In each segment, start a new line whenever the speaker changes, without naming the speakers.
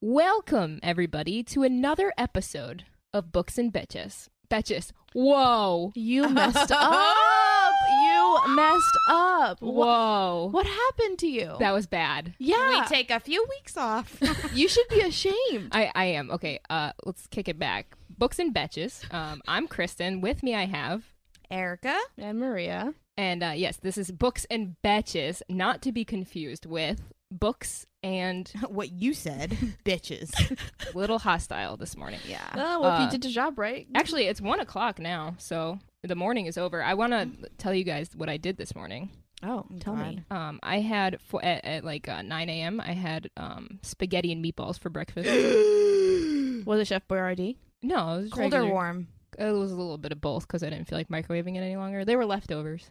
Welcome, everybody, to another episode of Books and Betches. Betches. Whoa.
You messed up. You messed up. Wha-
Whoa.
What happened to you?
That was bad.
yeah.
We take a few weeks off.
you should be ashamed.
I, I am. Okay, uh, let's kick it back. Books and Betches. Um, I'm Kristen. With me, I have.
Erica?
And Maria.
And uh, yes, this is Books and Betches, not to be confused with Books and
What you said, bitches.
Little Hostile this morning.
Yeah.
Oh, well, if
Uh,
you did your job right.
Actually, it's one o'clock now, so the morning is over. I want to tell you guys what I did this morning.
Oh, tell me.
God.
Um, I had for, at, at like uh, 9 a.m. I had um, spaghetti and meatballs for breakfast.
Hmm. Was it Chef Boyardee?
no, it was
Cold or
regular.
warm?
It was a little bit of both because I didn't feel like microwaving it any longer. They were leftovers.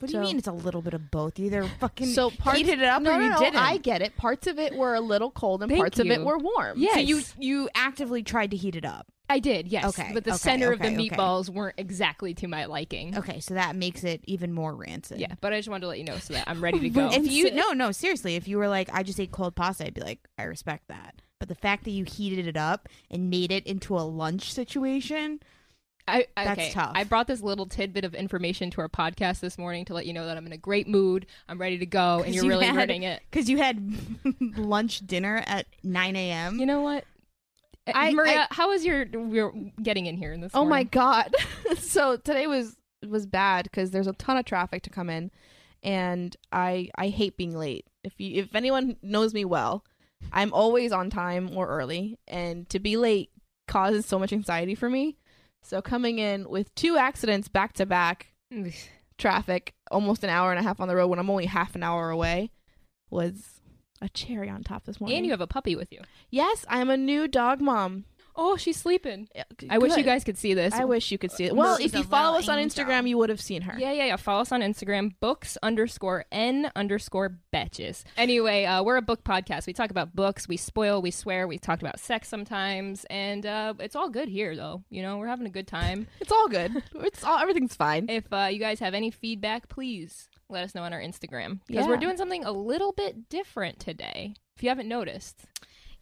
What do you
So-
mean it's a little bit of both? Either fucking
So parts
heated it up
no,
or
no,
you
no,
didn't.
I get it. Parts of it were a little cold and
Thank
parts of it
you.
were warm.
Yeah.
So you
Yes.
you actively tried to heat it up.
I did, yes.
Okay,
but the
okay,
center of
okay,
the
okay.
meatballs weren't exactly to my liking.
Okay, so that makes it even more rancid.
Yeah, but I just wanted to let you know so that I'm ready to go.
If you no no seriously, if you were like I just ate cold pasta, I'd be like I respect that. But the fact that you heated it up and made it into a lunch situation,
I, I-
That's
okay,
tough.
I brought this little tidbit of information to our podcast this morning to let you know that I'm in a great mood. I'm ready to go, and
'Cause
you're
you
really
had-
hurting it.
because you had lunch dinner at nine a.m.
You know what? Uh,
I-
Maria, how was your, your getting in here in this?
Oh my
morning?
god. so today was was bad cuz there's a ton of traffic to come in and I I hate being late. If you if anyone knows me well, I'm always on time or early and to be late causes so much anxiety for me. So coming in with two accidents back to back, traffic almost an hour and a half on the road when I'm only half an hour away was a cherry on top this morning.
And you have a puppy with you.
yes, I'm a new dog mom.
Oh, she's sleeping. I wish you
Good.
guys could see this.
I wish you could see it. Well,
She's
if you
a
follow us
little
on
angel.
Instagram, you would have seen her.
yeah, yeah, yeah. Follow us on Instagram, books underscore n underscore betches. Anyway, uh, we're a book podcast. We talk about books. We spoil. We swear. We talked about sex sometimes, and uh, it's all good here, though. You know, we're having a good time.
It's all good. It's all everything's fine.
if uh, you guys have any feedback, please let us know on our Instagram because we're
Yeah.
doing something a little bit different today. If you haven't noticed,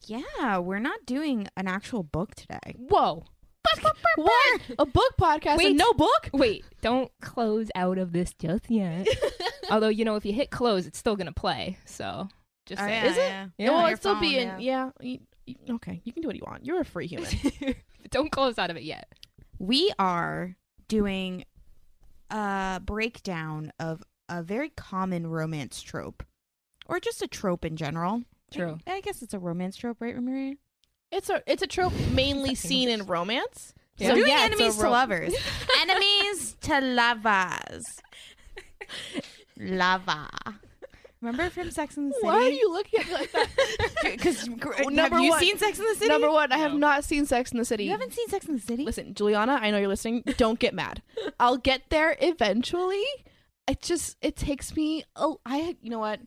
Yeah, we're not doing an actual book today.
whoa!
What? A book podcast
Wait.
and no book?
Wait, don't close out of this just yet. Although you know, if you hit close, it's still gonna play. So
Oh,
just saying.
Is it?
Yeah.
well,
on
it'd still be in. Yeah. y- y- okay, you can do what you want. You're a free human.
don't close out of it yet.
We are doing a breakdown of a very common romance trope, or just a trope in general.
True.
I, I guess it's a romance trope, right, Maria?
It's a it's a trope mainly seen in romance.
Yeah.
So
Doing
yeah, it's a
enemies to
ro-
lovers, enemies to lovers, lava. Remember from Sex and the City?
Why are you looking at me like that?
Because
number
have you
one-
seen Sex in the City?
Number one, I have
No.
not seen Sex in the City.
you haven't seen Sex in the City?
Listen, Juliana, I know you're listening. Don't get mad. I'll get there eventually. It just it takes me. Oh, I you know what?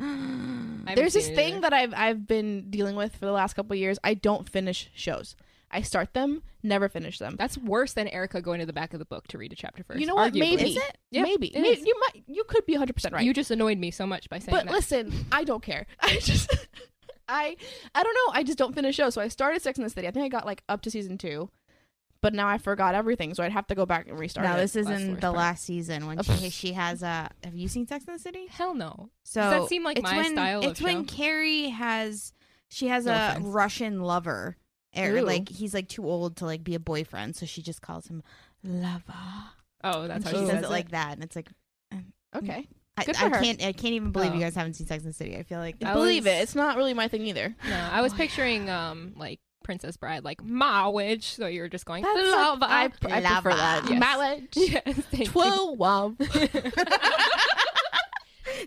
I haven't
There's this
seen it
thing
either.
that I've I've been dealing with for the last couple of years. I don't finish shows. I start them, never finish them.
that's worse than Erica going to the back of the book to read a chapter first.
you know what?
arguably.
Maybe
Is it?
Yeah,
maybe
it
May-
is.
you might you could be 100 percent right.
You just annoyed me so much by saying
but
that.
listen, I don't care. I just I I don't know. I just don't finish shows. So I started Sex in the City. I think I got like up to season two, but now I forgot everything. So I'd have to go back and restart.
No,
it.
this
That's the
isn't
worst
the
part.
last season when
Oh,
she she has uh have you seen Sex in the City?
Hell no.
So
that seem like
it's
my
when,
style of
It's when Carrie has she has
No
a
offense.
Russian lover. Or
Ooh.
like he's like too old to like be a boyfriend, so she just calls him lover.
Oh, that's
and
how
she
she
says
says
it like that, and it's like
okay.
I,
Good
I
for her.
can't I can't even believe
Oh.
you guys haven't seen Sex and the City. I feel like
I
Believe
was-
it. It's not really my thing either.
No, I was picturing um like Princess Bride, like my witch. So you were just going
That's
love.
like-
I,
I-
I prefer
lava.
that. Yes.
Marriage.
Yes, thank you.
Twelve.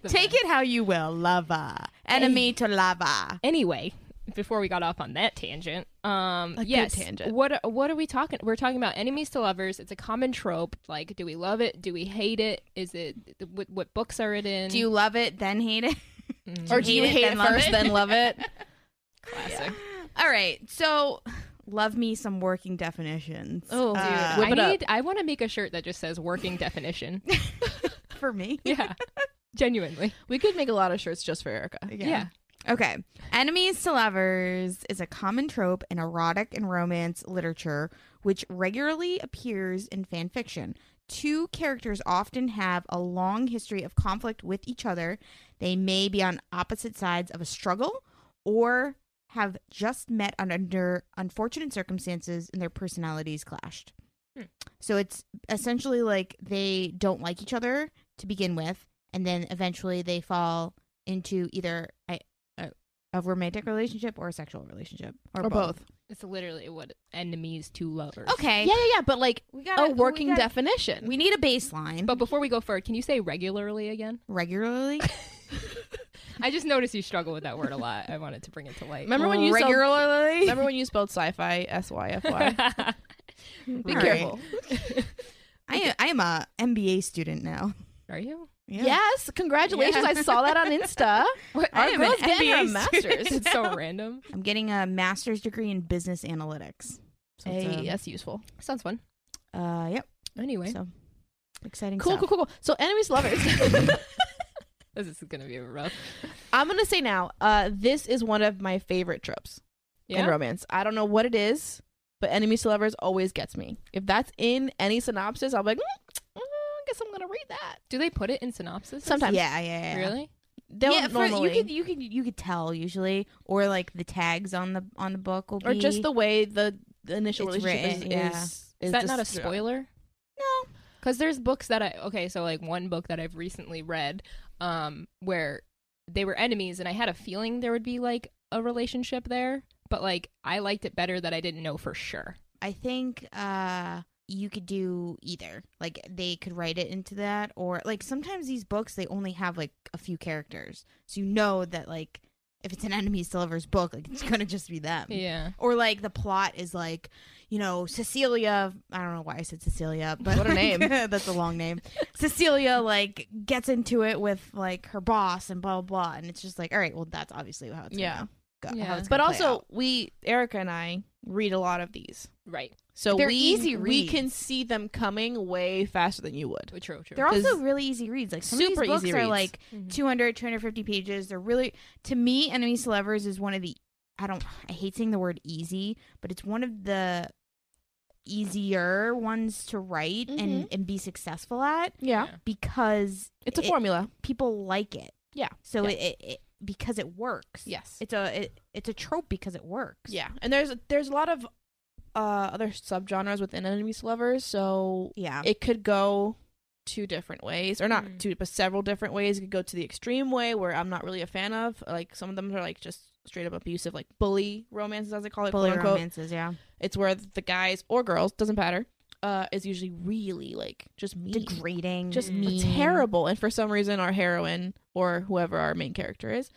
The
take
best.
it how you will, lover. Enemy to lover.
anyway. Before we got off on that tangent, um,
A good
yes,
tangent.
what are- what are we talking? We're talking about enemies to lovers. It's a common trope. Like, do we love it? Do we hate it? Is it what, what books are it in?
Do you love it then hate it?
Mm,
or do you hate it,
love
first,
it?
then love it?
classic?
All right, so love me some working definitions.
Oh, dude,
Uh,
I
Whip it up.
need. I want to make a shirt that just says "working definition."
for me.
Yeah, genuinely.
We could make a lot of shirts just for Erica.
Yeah.
Okay. Enemies to lovers is a common trope in erotic and romance literature, which regularly appears in fan fiction. Two characters often have a long history of conflict with each other. They may be on opposite sides of a struggle or have just met under unfortunate circumstances and their personalities clashed.
Hmm.
So it's essentially like they don't like each other to begin with, and then eventually they fall into either a, a, a romantic relationship or a sexual relationship
or both.
It's literally what enemies to lovers.
Okay.
Yeah, yeah, yeah. But like
We
a
got
working
we gotta-
definition.
We need a baseline.
But before we go further, can you say regularly again?
regularly.
I just noticed you struggle with that word a lot. I wanted to bring it to light.
remember when you spelled,
regularly.
remember when you spelled sci-fi s y f y. Be
All right.
careful.
I am, I am a MBA student now.
Are you?
Yes, congratulations! I saw that on Insta.
I am an
girl's getting her
MBA student.
master's.
It's so random.
I'm getting a master's degree in business analytics. So it's,
Hey,
um,
that's useful.
Sounds fun.
Uh, yep.
Anyway,
So exciting.
Cool, cool, cool, cool. So, enemies, to lovers.
this is gonna be rough.
I'm gonna say now. Uh, this is one of my favorite tropes in
Yeah.
romance. I don't know what it is, but enemies to lovers always gets me. If that's in any synopsis, I'll be like, "Mm, mm, I guess I'm gonna read that.
Do they put it in synopsis?
Sometimes,
Yeah, yeah, yeah.
Really?
They'll
yeah, for-
normally,
you could you could you could tell usually, or like the tags on the on the book will be
or just the way the, the initial
It's
relationship
written,
is,
yeah.
is.
Is that not a
just-
spoiler?
no.
because there's books that i okay so like one book that i've recently read um where they were enemies and i had a feeling there would be like a relationship there but like i liked it better that i didn't know for sure
I think uh you could do either. Like they could write it into that or like sometimes these books they only have like a few characters. So you know that like if it's an enemy to lovers book, like it's gonna just be them.
yeah
Or like the plot is like, you know, Cecilia I don't know why I said Cecilia, but
What a name.
that's a long name. Cecilia like gets into it with like her boss and blah blah blah and it's just like, all right, well that's obviously how it's
Yeah.
gonna go. how
Yeah.
it's
But
gonna play
also,
out.
we Erica and I read a lot of these,
right
so
They're
we
easy
we
reads.
can see them coming way faster than you would.
true true
they're also
'cause-
really easy reads. Like some
Super
of these books
easy
are
reads.
like
Mhm.
200 250 pages they're really to me enemies to lovers is one of the i don't i hate saying the word easy but it's one of the easier ones to write and and be successful at
Yeah,
because
it's a
it-
formula.
people like it
Yeah.
so
Yeah.
It, it, it because it works
Yes.
it's a it, it's a trope because it works
Yeah, and there's there's a lot of uh, other subgenres within enemies to lovers, so
yeah
it could go two different ways, or not
Mm.
two, but several different ways. It could go to the extreme way, where I'm not really a fan of. Like some of them are like just straight up abusive, like bully romances, as they call it.
bully
quote unquote.
romances yeah
It's where the guys or girls doesn't matter uh, is usually really like just mean,
degrading
e
Mm.
just
mean.
terrible, and for some reason our heroine or whoever our main character is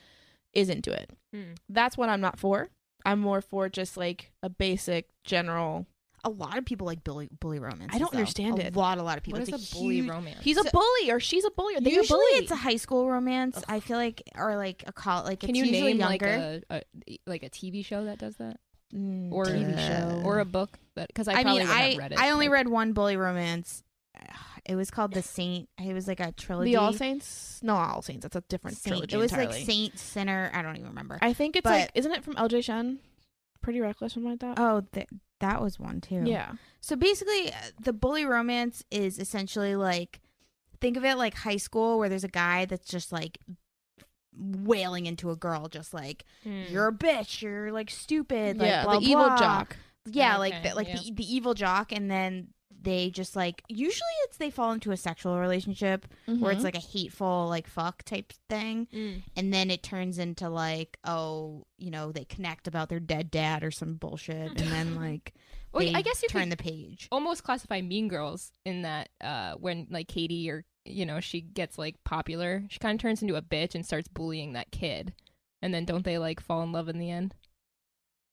is into it.
Mm.
That's what I'm not for. I'm more for just like a basic general
a lot of people like bully bully romances
I don't
though.
understand
a
it.
lot a lot of people
what is
it's
a
a
bully
huge-
romance
He's a bully or she's a bully or they're
usually
a bully.
it's a high school romance. I feel like, or like a call, like
can
it's
you
usually
name like
younger.
a, a e, like a tv show that does that
Mm,
or
TV show.
or a book that because i,
I
probably
mean,
would have
I
read it
I only
but-
read one bully romance. It was called The Saint. It was like a trilogy.
the All Saints. No, All Saints. That's a different
Saint-
trilogy
It was
entirely.
like Saint Sinner. I don't even remember.
I think it's
but-
like isn't it from LJ Shen? Pretty reckless, something like that.
oh, th- that was one too.
yeah,
So basically, uh, the bully romance is essentially like think of it like high school, where there's a guy that's just like wailing into a girl, just like
Mm.
you're a bitch, you're like stupid, like
yeah,
blah,
the evil
blah."
jock.
yeah like
Okay,
the, like
yeah.
the, the evil jock and then they just like usually it's they fall into a sexual relationship where
Mm-hmm.
it's like a hateful like fuck type thing
Mm.
and then it turns into like oh you know they connect about their dead dad or some bullshit and then like
Well,
they
I guess you
turn
could
the page
Oh,
almost classify Mean Girls in that uh, when like Katie or you know she gets like popular, she kind of turns into a bitch and starts bullying that kid, and then don't they like fall in love in the end?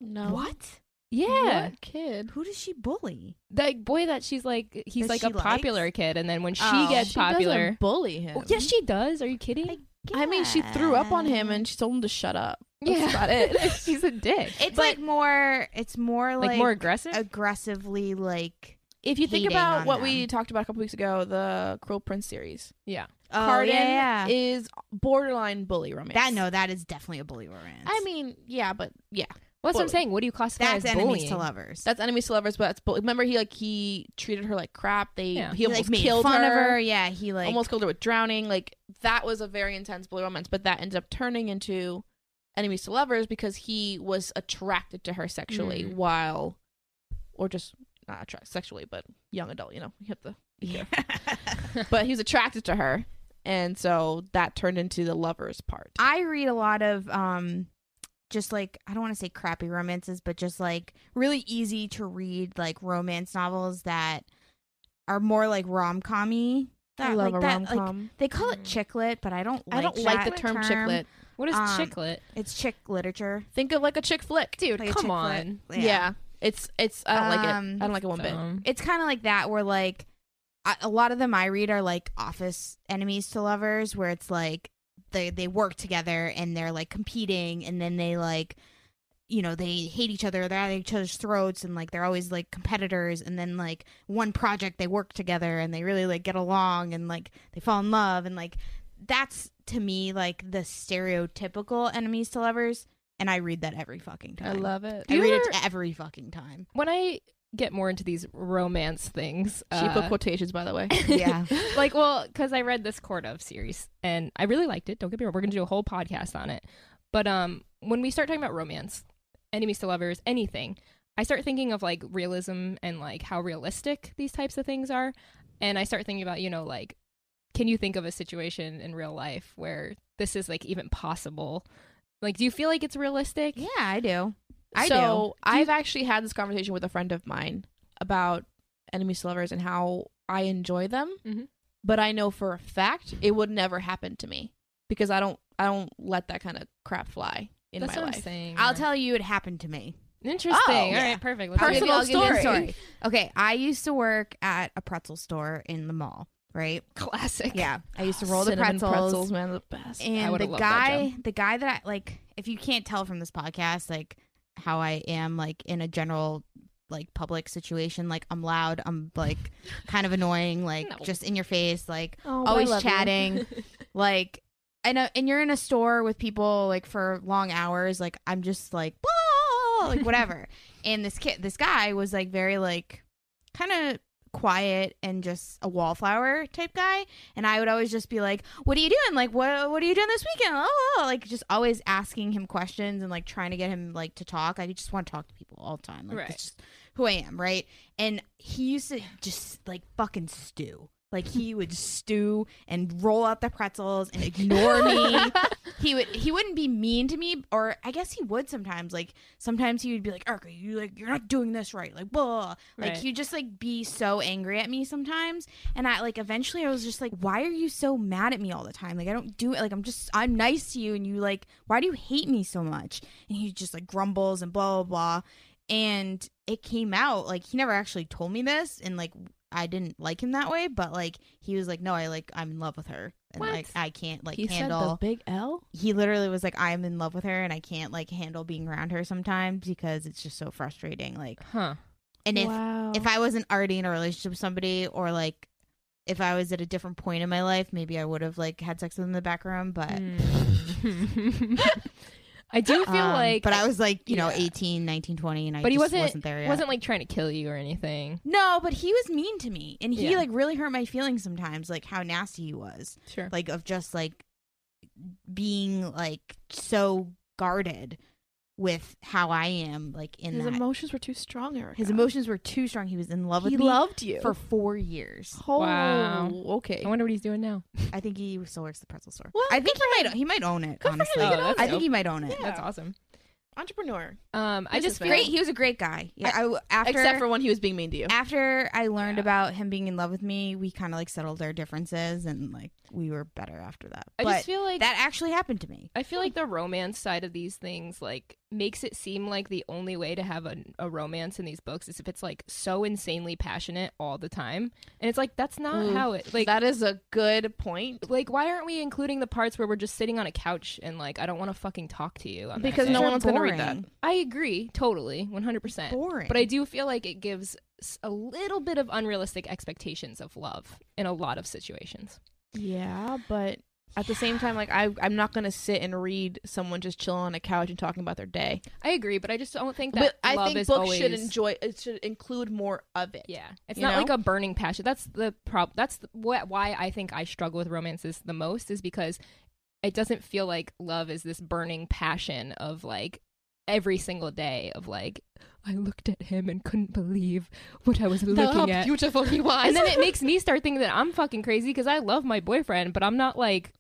no.
what
Yeah,
What kid.
who does she bully
that boy that she's like he's
That
like
she
a popular
likes?
kid, and then when she
Oh.
gets
She
popular,
doesn't bully him.
oh, yes, she does. Are you kidding?
Like,
I mean, she threw up on him and she told him to shut up. That's
yeah,
about it.
she's a dick.
it's
but-
like more it's more
Like,
like,
more aggressive.
aggressively like
if you think
hating
about
on
what
them.
we talked about a couple weeks ago, the Cruel Prince series,
Oh,
Cardin
yeah, yeah.
is borderline bully romance.
that no, that is definitely a bully romance.
I mean, yeah, but yeah,
What's
Bully.
I'm saying? What do you classify
that's
as
enemies
bullying?
to lovers.
that's enemies to lovers, but that's bully. Remember, he like he treated her like crap. They
Yeah.
he almost
like, made
killed
fun
her.
of her. Yeah, he like
almost killed her with drowning. Like that was a very intense bully romance, but that ended up turning into enemies to lovers because he was attracted to her sexually
Mm-hmm.
while, or just not attra- sexually, but young adult. You know, you have to.
Yeah.
But he was attracted to her, and so that turned into the lovers part.
I read a lot of um just like I don't want to say crappy romances, but just like really easy to read like romance novels that are more like rom commy.
I love
like
a
that,
rom
like,
com.
they call
Mm.
it chicklet, but I don't. Like
I don't like the
that
term chicklet.
What is
Um,
chicklet?
It's chick literature.
Think of like a chick flick, dude.
Like a
Come
chick
on.
flick.
Yeah. it's it's. I don't like
Um,
it. I don't like it one bit.
Um,
It's kind of like that, where like I, a lot of them I read are like office enemies to lovers, where it's like they they work together and they're like competing, and then they like you know they hate each other, they're at each other's throats, and like they're always like competitors, and then like one project they work together and they really like get along and like they fall in love, and like that's to me like the stereotypical enemies to lovers, and I read that every fucking time.
I love it.
I
Do you
read it
ever-
every fucking time.
when I get more into these romance things,
She put
uh,
quotations, by the way.
Yeah.
like well because i read this court of series and i really liked it don't get me wrong we're gonna do a whole podcast on it but um when we start talking about romance enemies to lovers anything i start thinking of like realism and like how realistic these types of things are and i start thinking about you know like can you think of a situation in real life where this is like even possible like do you feel like it's realistic
Yeah, I do. I do.
so I've actually had this conversation with a friend of mine about enemies to lovers and how I enjoy them,
Mhm.
but I know for a fact it would never happen to me because I don't I don't let that kind of crap fly in
that's
my
what
life.
i'm saying
I'll tell you it happened to me.
interesting
Oh,
All right,
yeah.
perfect Let's
Personal
do it.
I'll give you a story.
Okay, I used to work at a pretzel store in the mall, right?
classic
Yeah. I used to roll the
Cinnamon
pretzels.
man, the best.
And
would've
the
loved that
guy the guy that I like if you can't tell from this podcast like how I am like in a general like public situation, like I'm loud, I'm like kind of annoying, like
No.
just in your face, like
Oh,
always chatting like and uh, and you're in a store with people like for long hours like i'm just like blah like whatever and this kid this guy was like very like kind of quiet and just a wallflower type guy and i would always just be like what are you doing like what what are you doing this weekend oh like just always asking him questions and like trying to get him like to talk i just want to talk to people all the time like
Right.
that's just who i am right and he used to just like fucking stew like he would stew and roll out the pretzels and ignore me. he would he wouldn't be mean to me, or I guess he would sometimes. Like sometimes he would be like, "Erica, you like you're not doing this right." Like, blah. Like
Right.
he would just like be so angry at me sometimes, and I like eventually I was just like, "Why are you so mad at me all the time? Like I don't do it. Like I'm just I'm nice to you, and you like why do you hate me so much?" And he just like grumbles and blah blah blah. And it came out like he never actually told me this, and like I didn't like him that way, but like he was like, no, I like I'm in love with her, and
What?
like I can't like
he
handle.
said the big L.
he literally was like, I'm in love with her, and I can't like handle being around her sometimes because it's just so frustrating. Like,
huh
and if
wow.
if I wasn't already in a relationship with somebody, or like if I was at a different point in my life, maybe I would have like had sex with him in the back room, but.
Mm. I do Mm. feel
um,
like,
but I was like, you know,
yeah.
18, 19, 20, and I
But he
just
wasn't-
there yet.
wasn't like trying to kill you or anything.
no, but he was mean to me, and he
Yeah.
like really hurt my feelings sometimes, like how nasty he was.
Sure.
like of just like being like so guarded with how I am like in
his
that
emotions were too strong, Erica.
his emotions were too strong. He was in love with
He
me
loved you
for four years.
Oh,
Wow.
Okay.
I wonder what he's doing now.
I think he still works at the pretzel store.
Well,
I think
good
he
for
might he might own it.
Good for him,
honestly,
you
Oh,
know,
that's
I
dope.
think he might own it.
Yeah.
That's awesome.
Entrepreneur.
Um, I just
Businessman.
feel
Great, he was a great guy. Yeah, I, after
Except for when he was being mean to you.
after I learned
Yeah.
about him being in love with me, we kind of like settled our differences and like we were better after that.
I
but
just feel like
that actually happened to me.
I feel like the romance side of these things like makes it seem like the only way to have a, a romance in these books is if it's like so insanely passionate all the time, and it's like that's not
Ooh.
how it like.
that is a good point.
like why aren't we including the parts where we're just sitting on a couch and like I don't want to fucking talk to you? I'm not
Because
saying-
no
They're
one's gonna read that.
boring.
Eh.
I agree totally, one hundred percent.
Boring,
But I do feel like it gives s- a little bit of unrealistic expectations of love in a lot of situations.
Yeah, but at the same time, like I, I'm not gonna sit and read someone just chilling on a couch and talking about their day.
I agree, but I just don't think
But
that love
I think
is
books
always
should enjoy. It should include more of it.
Yeah, it's
You
not
know?
like a burning passion. That's the problem. That's the, what why I think I struggle with romances the most is because it doesn't feel like love is this burning passion of like every single day of like I looked at him and couldn't believe what I was looking at.
beautiful he was.
And then it makes me start thinking that I'm fucking crazy because I love my boyfriend, but I'm not like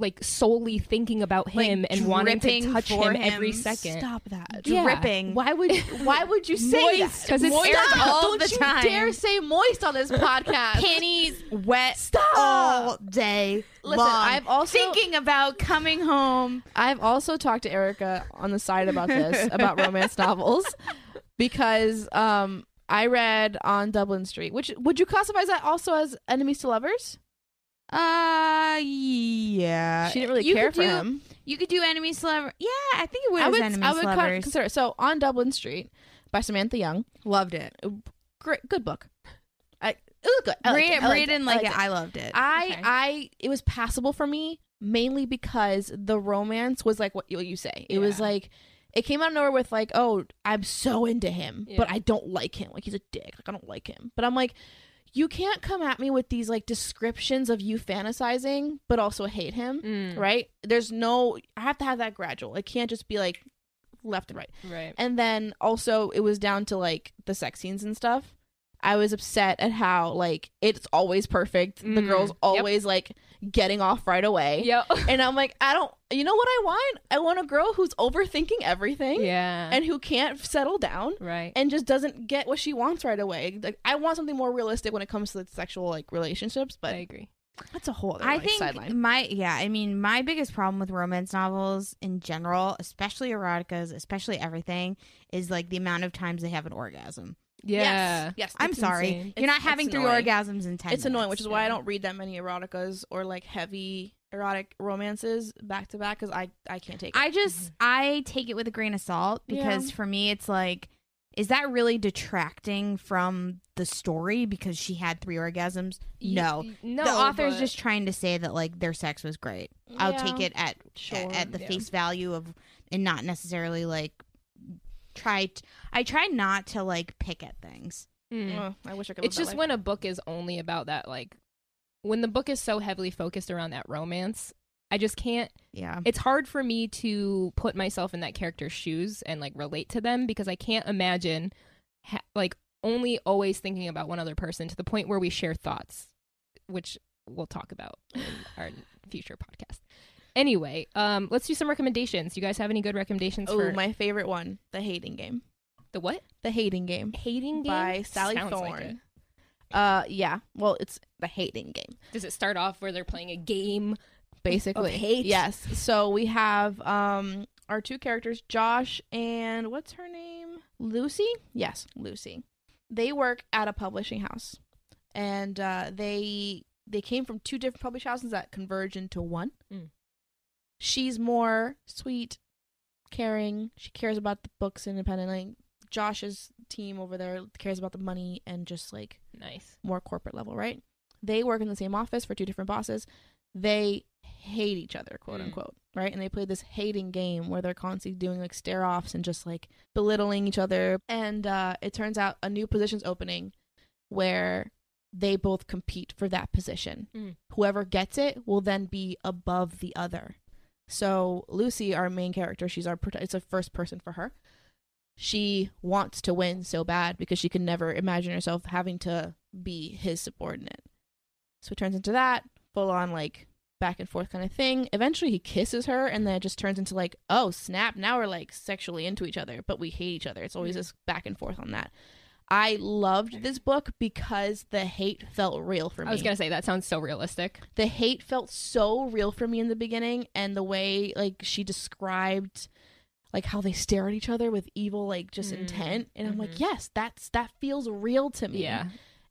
like solely thinking about
Like,
him and wanting
dripping
to touch
for
him, every
him.
second.
stop that.
Yeah.
Dripping.
Why would Why would you say
Moist.
that?
'Cause it's
Moist.
aired
all
Don't
the
you
time.
dare say moist on this podcast.
Panties wet
Stop.
all day
Listen,
long.
I've also
thinking about coming home.
I've also talked to Erica on the side about this about romance novels because um I read on Dublin Street, which would you classify that also as enemies to lovers?
Uh, yeah.
she didn't really
you
care
could
for
do-
him.
You could do enemy celebrity. Yeah, I think it would.
I would
enemy
I would con-
lovers.
consider it. so on Dublin Street by Samantha Young.
loved it.
Great, good book. I, it was good. I liked
Maria,
it. I liked
Maria
it.
didn't
I
like
liked
it. I loved it.
I
Okay.
I it was passable for me mainly because the romance was like what you, what you say. It was
Yeah.
like it came out of nowhere with like, oh, I'm so into him, but
Yeah.
I don't like him. Like he's a dick. Like I don't like him. But I'm like, you can't come at me with these like descriptions of you fantasizing, but also hate him.
Mm,
Right? There's no. I have to have that gradual. It can't just be like left and right.
right.
And then also it was down to like the sex scenes and stuff. I was upset at how like it's always perfect. The
Mm.
girls
Yep.
always like getting off right away.
Yeah.
And I'm like, I don't you know what I want? I want a girl who's overthinking everything
yeah.
and who can't settle down
right.
and just doesn't get what she wants right away. Like I want something more realistic when it comes to the sexual like relationships,
I
but
agree.
that's a whole other
I
like,
think
sideline.
my yeah, I mean my biggest problem with romance novels in general, especially eroticas, especially everything, is like the amount of times they have an orgasm.
Yeah.
Yes. Yes.
I'm
It's
sorry,
insane.
you're
It's-
not having
it's
three
annoying.
orgasms in ten.
it's annoying, which
minutes.
is why I
yeah.
don't read that many eroticas or like heavy erotic romances back to back because I I can't take it.
I just I take it with a grain of salt because for me it's like, is that really detracting from the story because she had three orgasms?
Y-
No.
y- No.
the author's
but-
just trying to say that like their sex was great. I'll take it at
Sure.
at, at the
Yeah.
face value of and not necessarily like try t- I try not to like pick at things.
Mm.
Oh, I wish I could.
It's
live
just
that
when a book is only about that, like when the book is so heavily focused around that romance. I just can't.
Yeah.
It's hard for me to put myself in that character's shoes and like relate to them because I can't imagine ha- like only always thinking about one other person to the point where we share thoughts, which we'll talk about in our future podcast. Anyway, um, let's do some recommendations. You guys have any good recommendations
way.
for
Oh, my favorite one, the hating game,
the what?
the hating game
Hating game
by Sally
Sounds like it.
Thorne. uh, yeah. Well, it's the hating game.
Does it start off where they're playing a game?
basically
Of hate.
Yes. So we have um our two characters, Josh and what's her name? Lucy? Yes, Lucy. They work at a publishing house. And uh they they came from two different publishing houses that converge into one.
Mm.
She's more sweet, caring. She cares about the books independently. Josh's team over there cares about the money and just like
Nice.
more corporate level, right? They work in the same office for two different bosses. They hate each other, quote
Mm.
unquote, right? And they play this hating game where they're constantly doing like stare offs and just like belittling each other. And uh, it turns out a new position's opening where they both compete for that position.
Mm.
Whoever gets it will then be above the other. So Lucy, our main character, she's our prota- it's a first person for her. She wants to win so bad because she can never imagine herself having to be his subordinate. So it turns into that full on like back and forth kind of thing. Eventually he kisses her and then it just turns into like, oh snap, now we're like sexually into each other, but we hate each other. It's always
Mhm.
this back and forth on that. I loved this book because the hate felt real for me
I was gonna say that sounds so realistic.
the hate felt so real for me in the beginning and the way like she described like how they stare at each other with evil like just
Mm,
intent and i'm like
mhm.
yes
Mm-hmm.
that's that feels real to me
Yeah,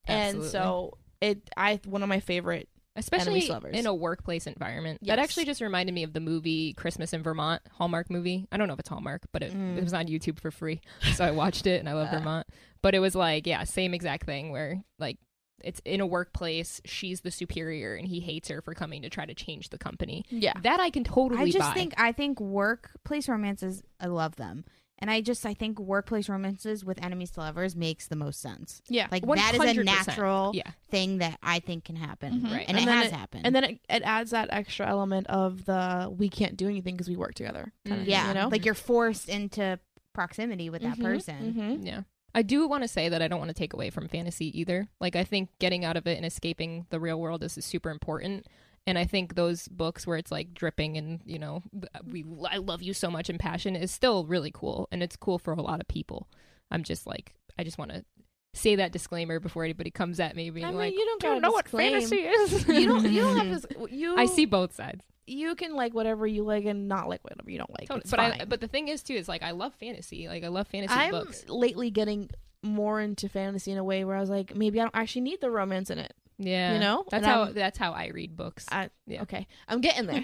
and so it i one of my favorite
especially
lovers.
in a workplace environment. That
Yes.
actually just reminded me of the movie Christmas in Vermont, Hallmark movie. I don't know if it's Hallmark, but it,
Mm.
it was on YouTube for free, so I watched it and I love Vermont. But it was like, yeah, same exact thing where like it's in a workplace, she's the superior and he hates her for coming to try to change the company.
Yeah.
That I can totally
I just
buy.
think I think workplace romances. I love them, and I just I think workplace romances with enemies to lovers makes the most sense.
Yeah.
Like that is a
100%.
natural
Yeah.
thing that I think can happen,
Mhm.
Right.
And
and, it
then
has
it-
happened.
and then it, it adds that extra element of the we can't do anything because we work together.
Mm-hmm.
kind of thing,
yeah,
you know,
like you're forced into proximity with that
Mhm,
person.
mhm.
Yeah. I do want to say that I don't want to take away from fantasy either. Like I think getting out of it and escaping the real world is super important. And I think those books where it's like dripping and you know uh, we I love you so much and passion is still really cool and it's cool for a lot of people. I'm just like I just want to say that disclaimer before anybody comes at me being
I mean,
like "Oh
you don't
"I
gotta
know what
disclaim.
fantasy is.
you don't. You don't have to. You.
I see both sides.
You can like whatever you like and not like whatever you don't like.
Totally.
It's
But I
fine.
but the thing is too is like I love fantasy. Like I love fantasy
I'm
books.
lately getting more into fantasy in a way where I was like, maybe I don't actually need the romance in it.
Yeah.
you know,
That's
and
how
I'm-
that's how I read books.
I,
Yeah.
Okay, I'm getting there.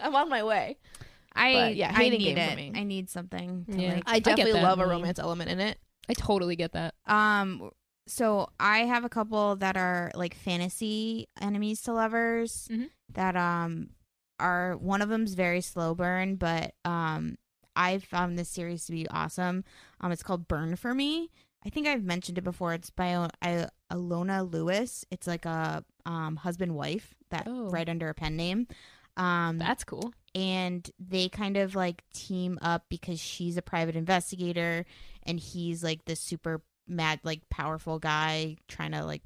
I'm on my way.
I
But, yeah,
I
hating
need
game for
it.
me.
I need something. To
Yeah.
like,
I
get
definitely
that.
love a
Mhm.
romance element in it.
I totally get that.
Um, so I have a couple that are like fantasy enemies to lovers
Mhm.
that um are one of them's very slow burn, but um I found this series to be awesome. Um, it's called Burn for Me. I think I've mentioned it before. It's by uh, I- Alona Lewis. It's like a um husband wife that
Oh.
right under a pen name. Um,
That's cool.
and they kind of like team up because she's a private investigator and he's like this super mad like powerful guy trying to like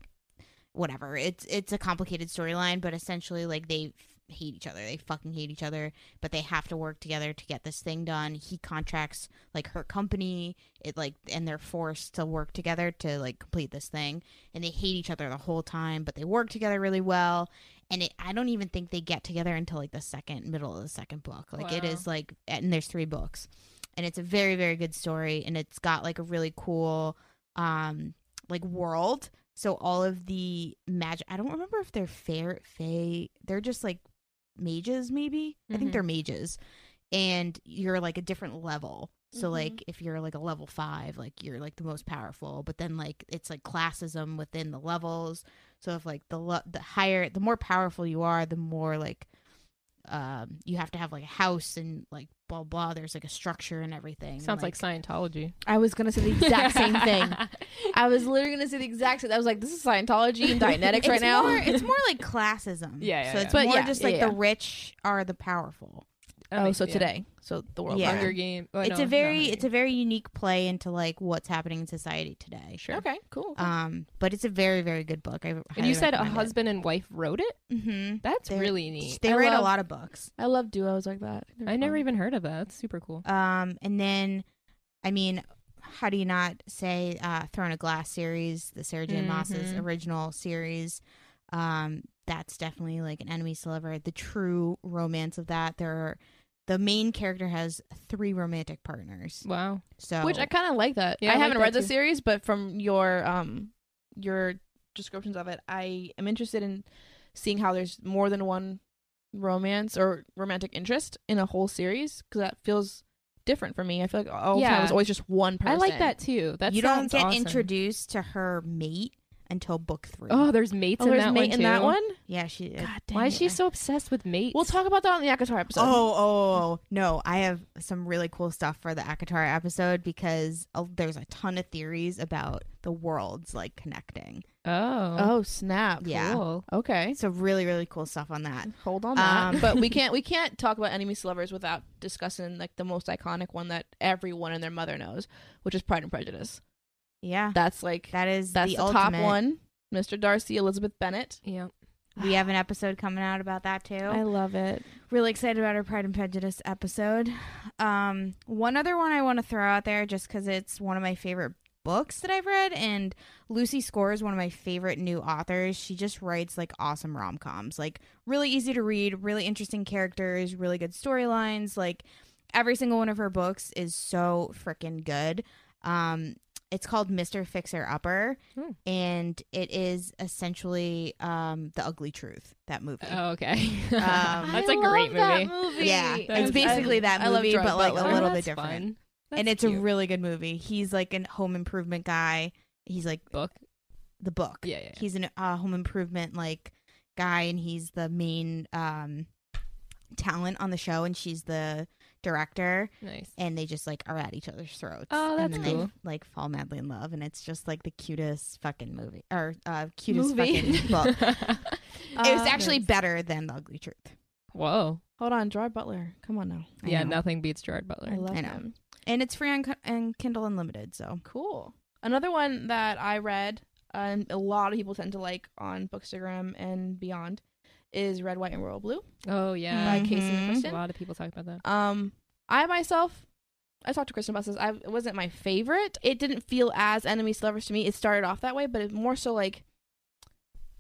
whatever it's it's a complicated storyline but essentially like they f- hate each other they fucking hate each other but they have to work together to get this thing done he contracts like her company it like and they're forced to work together to like complete this thing and they hate each other the whole time but they work together really well and it, i don't even think they get together until like the second middle of the second book like it
Wow.
is like and there's three books and it's a very very good story and it's got like a really cool um like world so all of the magic i don't remember if they're fair fey they're just like mages maybe i think
Mhm.
they're mages and you're like a different level
Mm-hmm.
so
Mhm.
like if you're like a level 5 like you're like the most powerful but then like it's like classism within the levels so if like the lo- the higher the more powerful you are the more like um you have to have like a house and like blah blah there's like a structure and everything
Sounds like, Scientology.
I was gonna say the exact same thing. I was literally gonna say the exact same. I was like, this is Scientology and Dianetics
it's
right now.
more, it's more like classism
Yeah, yeah,
so it's
yeah.
But
more
yeah,
just
yeah,
like
yeah.
the rich are the powerful
oh, so today, so the world.
Yeah.
Hunger Game. oh,
it's
no,
a
not
very
Hunger
it's a very unique play into like what's happening in society today
Games. sure.
Okay, cool.
um but it's a very very good book I
And you said a husband and wife wrote it.
mm-hmm.
That's
They're-
really neat.
they
I
write
love-
a lot of books
I love duos like that.
I never even heard of that. That's super cool.
um and then I mean how do you not say uh Throne of Glass series the Sarah J Moss's
Mhm.
original series um that's definitely like an enemy sliver the true romance of that there are, the main character has three romantic partners
Wow.
so
Which I kind of like that.
Yeah,
I,
I like
haven't
that
read the
too.
series, but from your um your descriptions of it, I am interested in seeing how there's more than one romance or romantic interest in a whole series because that feels different for me. I feel like all the time it was
Yeah.
always just one person.
I like that too. That
you don't
sounds
get
awesome.
introduced to her mate until book three.
Oh, there's mates
Oh,
in
there's
that one
mate in that
too.
one.
yeah, she. uh,
God damn
Why is
it.
she so obsessed with mates?
e-, We'll talk about that on the Akatar episode.
Oh, oh, oh, no! I have some really cool stuff for the Akatar episode because uh, there's a ton of theories about the worlds like connecting.
Oh.
oh snap!
yeah.
Cool.
Okay.
So really, really cool stuff on that.
Hold on, that.
Um,
but we can't we can't talk about enemies to lovers without discussing like the most iconic one that everyone and their mother knows, which is Pride and Prejudice.
Yeah,
That's like
that is
that's the, top
ultimate.
one. Mr. Darcy, Elizabeth Bennett.
Yeah.
We have an episode coming out about that too.
love it.
really excited about our Pride and Prejudice episode. Um, one other one I want to throw out there just because it's one of my favorite books that I've read, and Lucy Score is one of my favorite new authors. She just writes like awesome rom coms, like really easy to read, really interesting characters, really good storylines. Like every single one of her books is so freaking good. Um, It's called Mr. Fixer Upper,
Hmm.
and it is essentially um, the ugly truth. That movie.
Oh, okay.
Um,
That's a great movie.
Yeah,
That
it's
is-
basically that
I love
movie,
drug
but like a
bikers.
Oh,
little bit
that's fun.
different. and
That's
it's a
cute.
really good movie. He's like a home improvement guy. He's like
book.
the book.
Yeah, yeah, yeah.
He's an uh, home improvement like guy, and he's the main um, talent on the show, and she's the director.
Nice.
And they just like are at each other's throats.
Oh,
and
that's
then
cool.
They, like fall madly in love, and it's just like the cutest fucking movie or uh, cutest
Movie.
fucking book. it was
Oh,
Uh,
actually
nice.
better than the Ugly Truth.
Whoa.
Hold on, Gerard Butler. Come on now.
I
yeah,
know.
nothing beats Gerard Butler.
I love
I know.
him.
And it's free on, Ki- on Kindle Unlimited, so
Cool. Another one that I read, and a lot of people tend to like on Bookstagram and beyond, is Red, White, and Royal Blue
oh
by
yeah.
Mhm.
Casey
A
McQuiston.
lot of people talk about that.
Um, I myself, I talked to Kristen about this. I, it wasn't my favorite. It didn't feel as enemies to lovers to me. It started off that way, but it more so like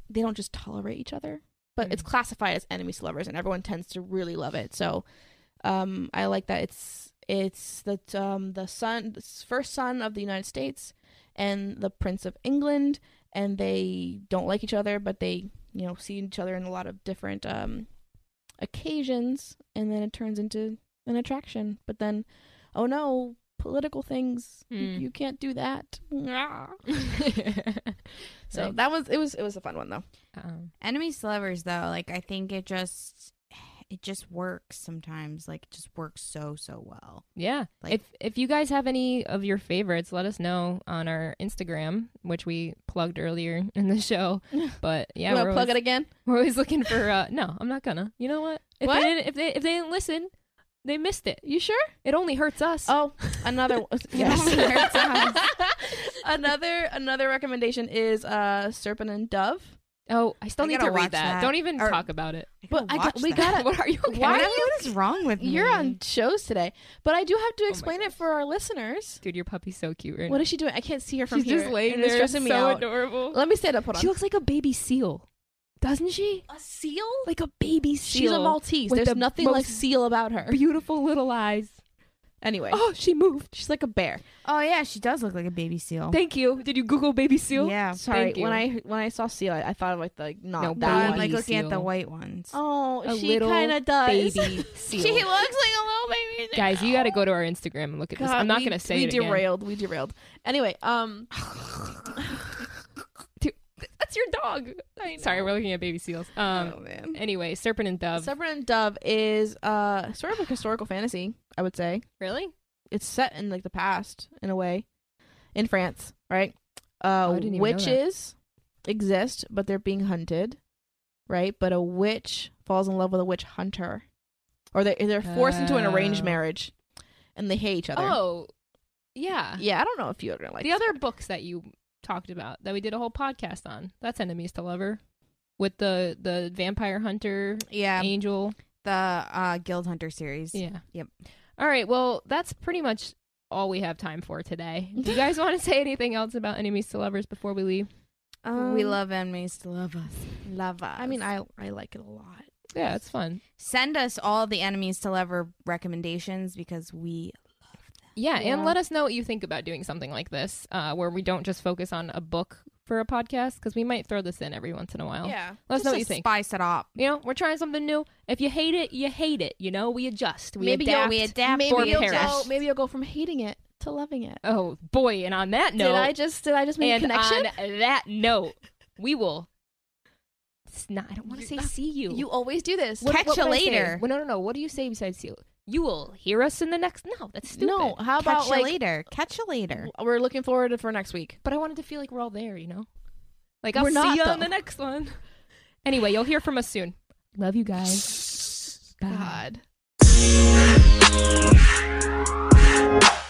they don't just tolerate each other, but it's
Mm.
classified as enemies to lovers, and everyone tends to really love it. So, um, I like that it's it's the um the son the first son of the United States and the Prince of England, and they don't like each other, but they you know see each other in a lot of different um occasions, and then it turns into an attraction. But then, oh no, political things you-
Mm.
you, can't do that. Ah. So that was it was it was a fun one though.
um,
enemies to lovers though like i think it just it just works sometimes like it just works so so well
yeah.
Like-
if if you guys have any of your favorites, let us know on our Instagram, which we plugged earlier in the show. But yeah,
you want
we're
to plug
always,
it again?
we're always looking for. Uh, no, I'm not gonna. You know what? If
What?
they didn't, if they if they didn't listen, they missed it.
You sure?
It only hurts us.
Oh, another one.
only hurts
yes.
us.
another another recommendation is uh Serpent and Dove.
Oh, I still
I
need
gotta
to
watch
read that.
that.
Don't even
Or-
talk about it.
I
But
gotta
I got-
watch
we
that.
gotta-
what are you? Okay? Hmm.
Why
what
are you-
is wrong with me?
You're on shows today, but I do have to explain it
Oh gosh.
for our listeners.
Dude, your puppy's so cute right
What is she doing? I can't see her
now.
from
She's
here.
just laying
and it's
there.
stressing
so
me out.
adorable.
Let me stand up. Hold on.
She looks like a baby seal, doesn't she?
a seal?
Like a baby seal.
She's a Maltese.
with
There's
the
nothing
most
like seal about her.
Beautiful little eyes.
Anyway,
Oh, she moved.
she's like a bear.
oh yeah she does look like a baby seal
Thank you. Did you Google baby seal?
yeah
Sorry,
Thank you.
when I when I saw seal, I, I thought of like the not
No,
But
that
I'm
baby
one.
like looking at the
seal.
white ones
Oh,
A
she
little
kind of does.
Baby seal.
she looks like a little baby. Oh,
Guys, you got to go to our Instagram and look at this.
God,
I'm not
we-
going to say
we
it again.
derailed. We derailed. Anyway, um,
That's your dog. Sorry, we're looking at baby seals. Um.
oh man.
Anyway, serpent and dove.
Severin and Dove is uh sort of like historical fantasy, I would say.
really?
It's set in like the past in a way, in France, right? Uh,
Oh, I didn't even know that.
witches exist, but they're being hunted, right? But a witch falls in love with a witch hunter, or they they're forced into an arranged
Oh.
marriage, and they hate each other.
Oh, yeah.
yeah, I don't know if you're gonna like
the
this
other
one.
books that you talked about that we did a whole podcast on. That's enemies to lover with the the vampire hunter
yeah
angel.
the uh guild hunter series
Yeah.
Yep.
All right. Well, that's pretty much all we have time for today. Do you guys want to say anything else about enemies to lovers before we leave?
we
Um,
love enemies to love us love us
I mean, I I like it a lot.
Yeah, it's fun.
send us all the enemies to lover recommendations because we
Yeah, and
Yeah.
let us know what you think about doing something like this, uh, where we don't just focus on a book for a podcast, because we might throw this in every once in a while.
Yeah,
Let us know
just
what you
to
think.
spice it up
You know, we're trying something new. If you hate it, you hate it. You know, we adjust. We
Maybe you'll-
adapt.
we adapt
maybe
or
you'll
perish.
go. Maybe you'll go from hating it to loving it.
Oh boy! And on that note,
Did I just did I just make
and
a connection?
on that note, we will. It's not. I don't want to say see you.
You always do this.
What-
Catch
what
ya
would I say?
later.
Well, no, no, no. What do you say besides see you? You will hear us in the next. No, that's stupid.
No, uh, how
catch
about
you
like
later catch you later
we're looking forward to for next week.
But I wanted to feel like we're all there, you know? Like, I'll
We're
see
not,
you on
though.
the next one. Anyway, you'll hear from us soon. Love you Uh-huh. guys. Bye.
God.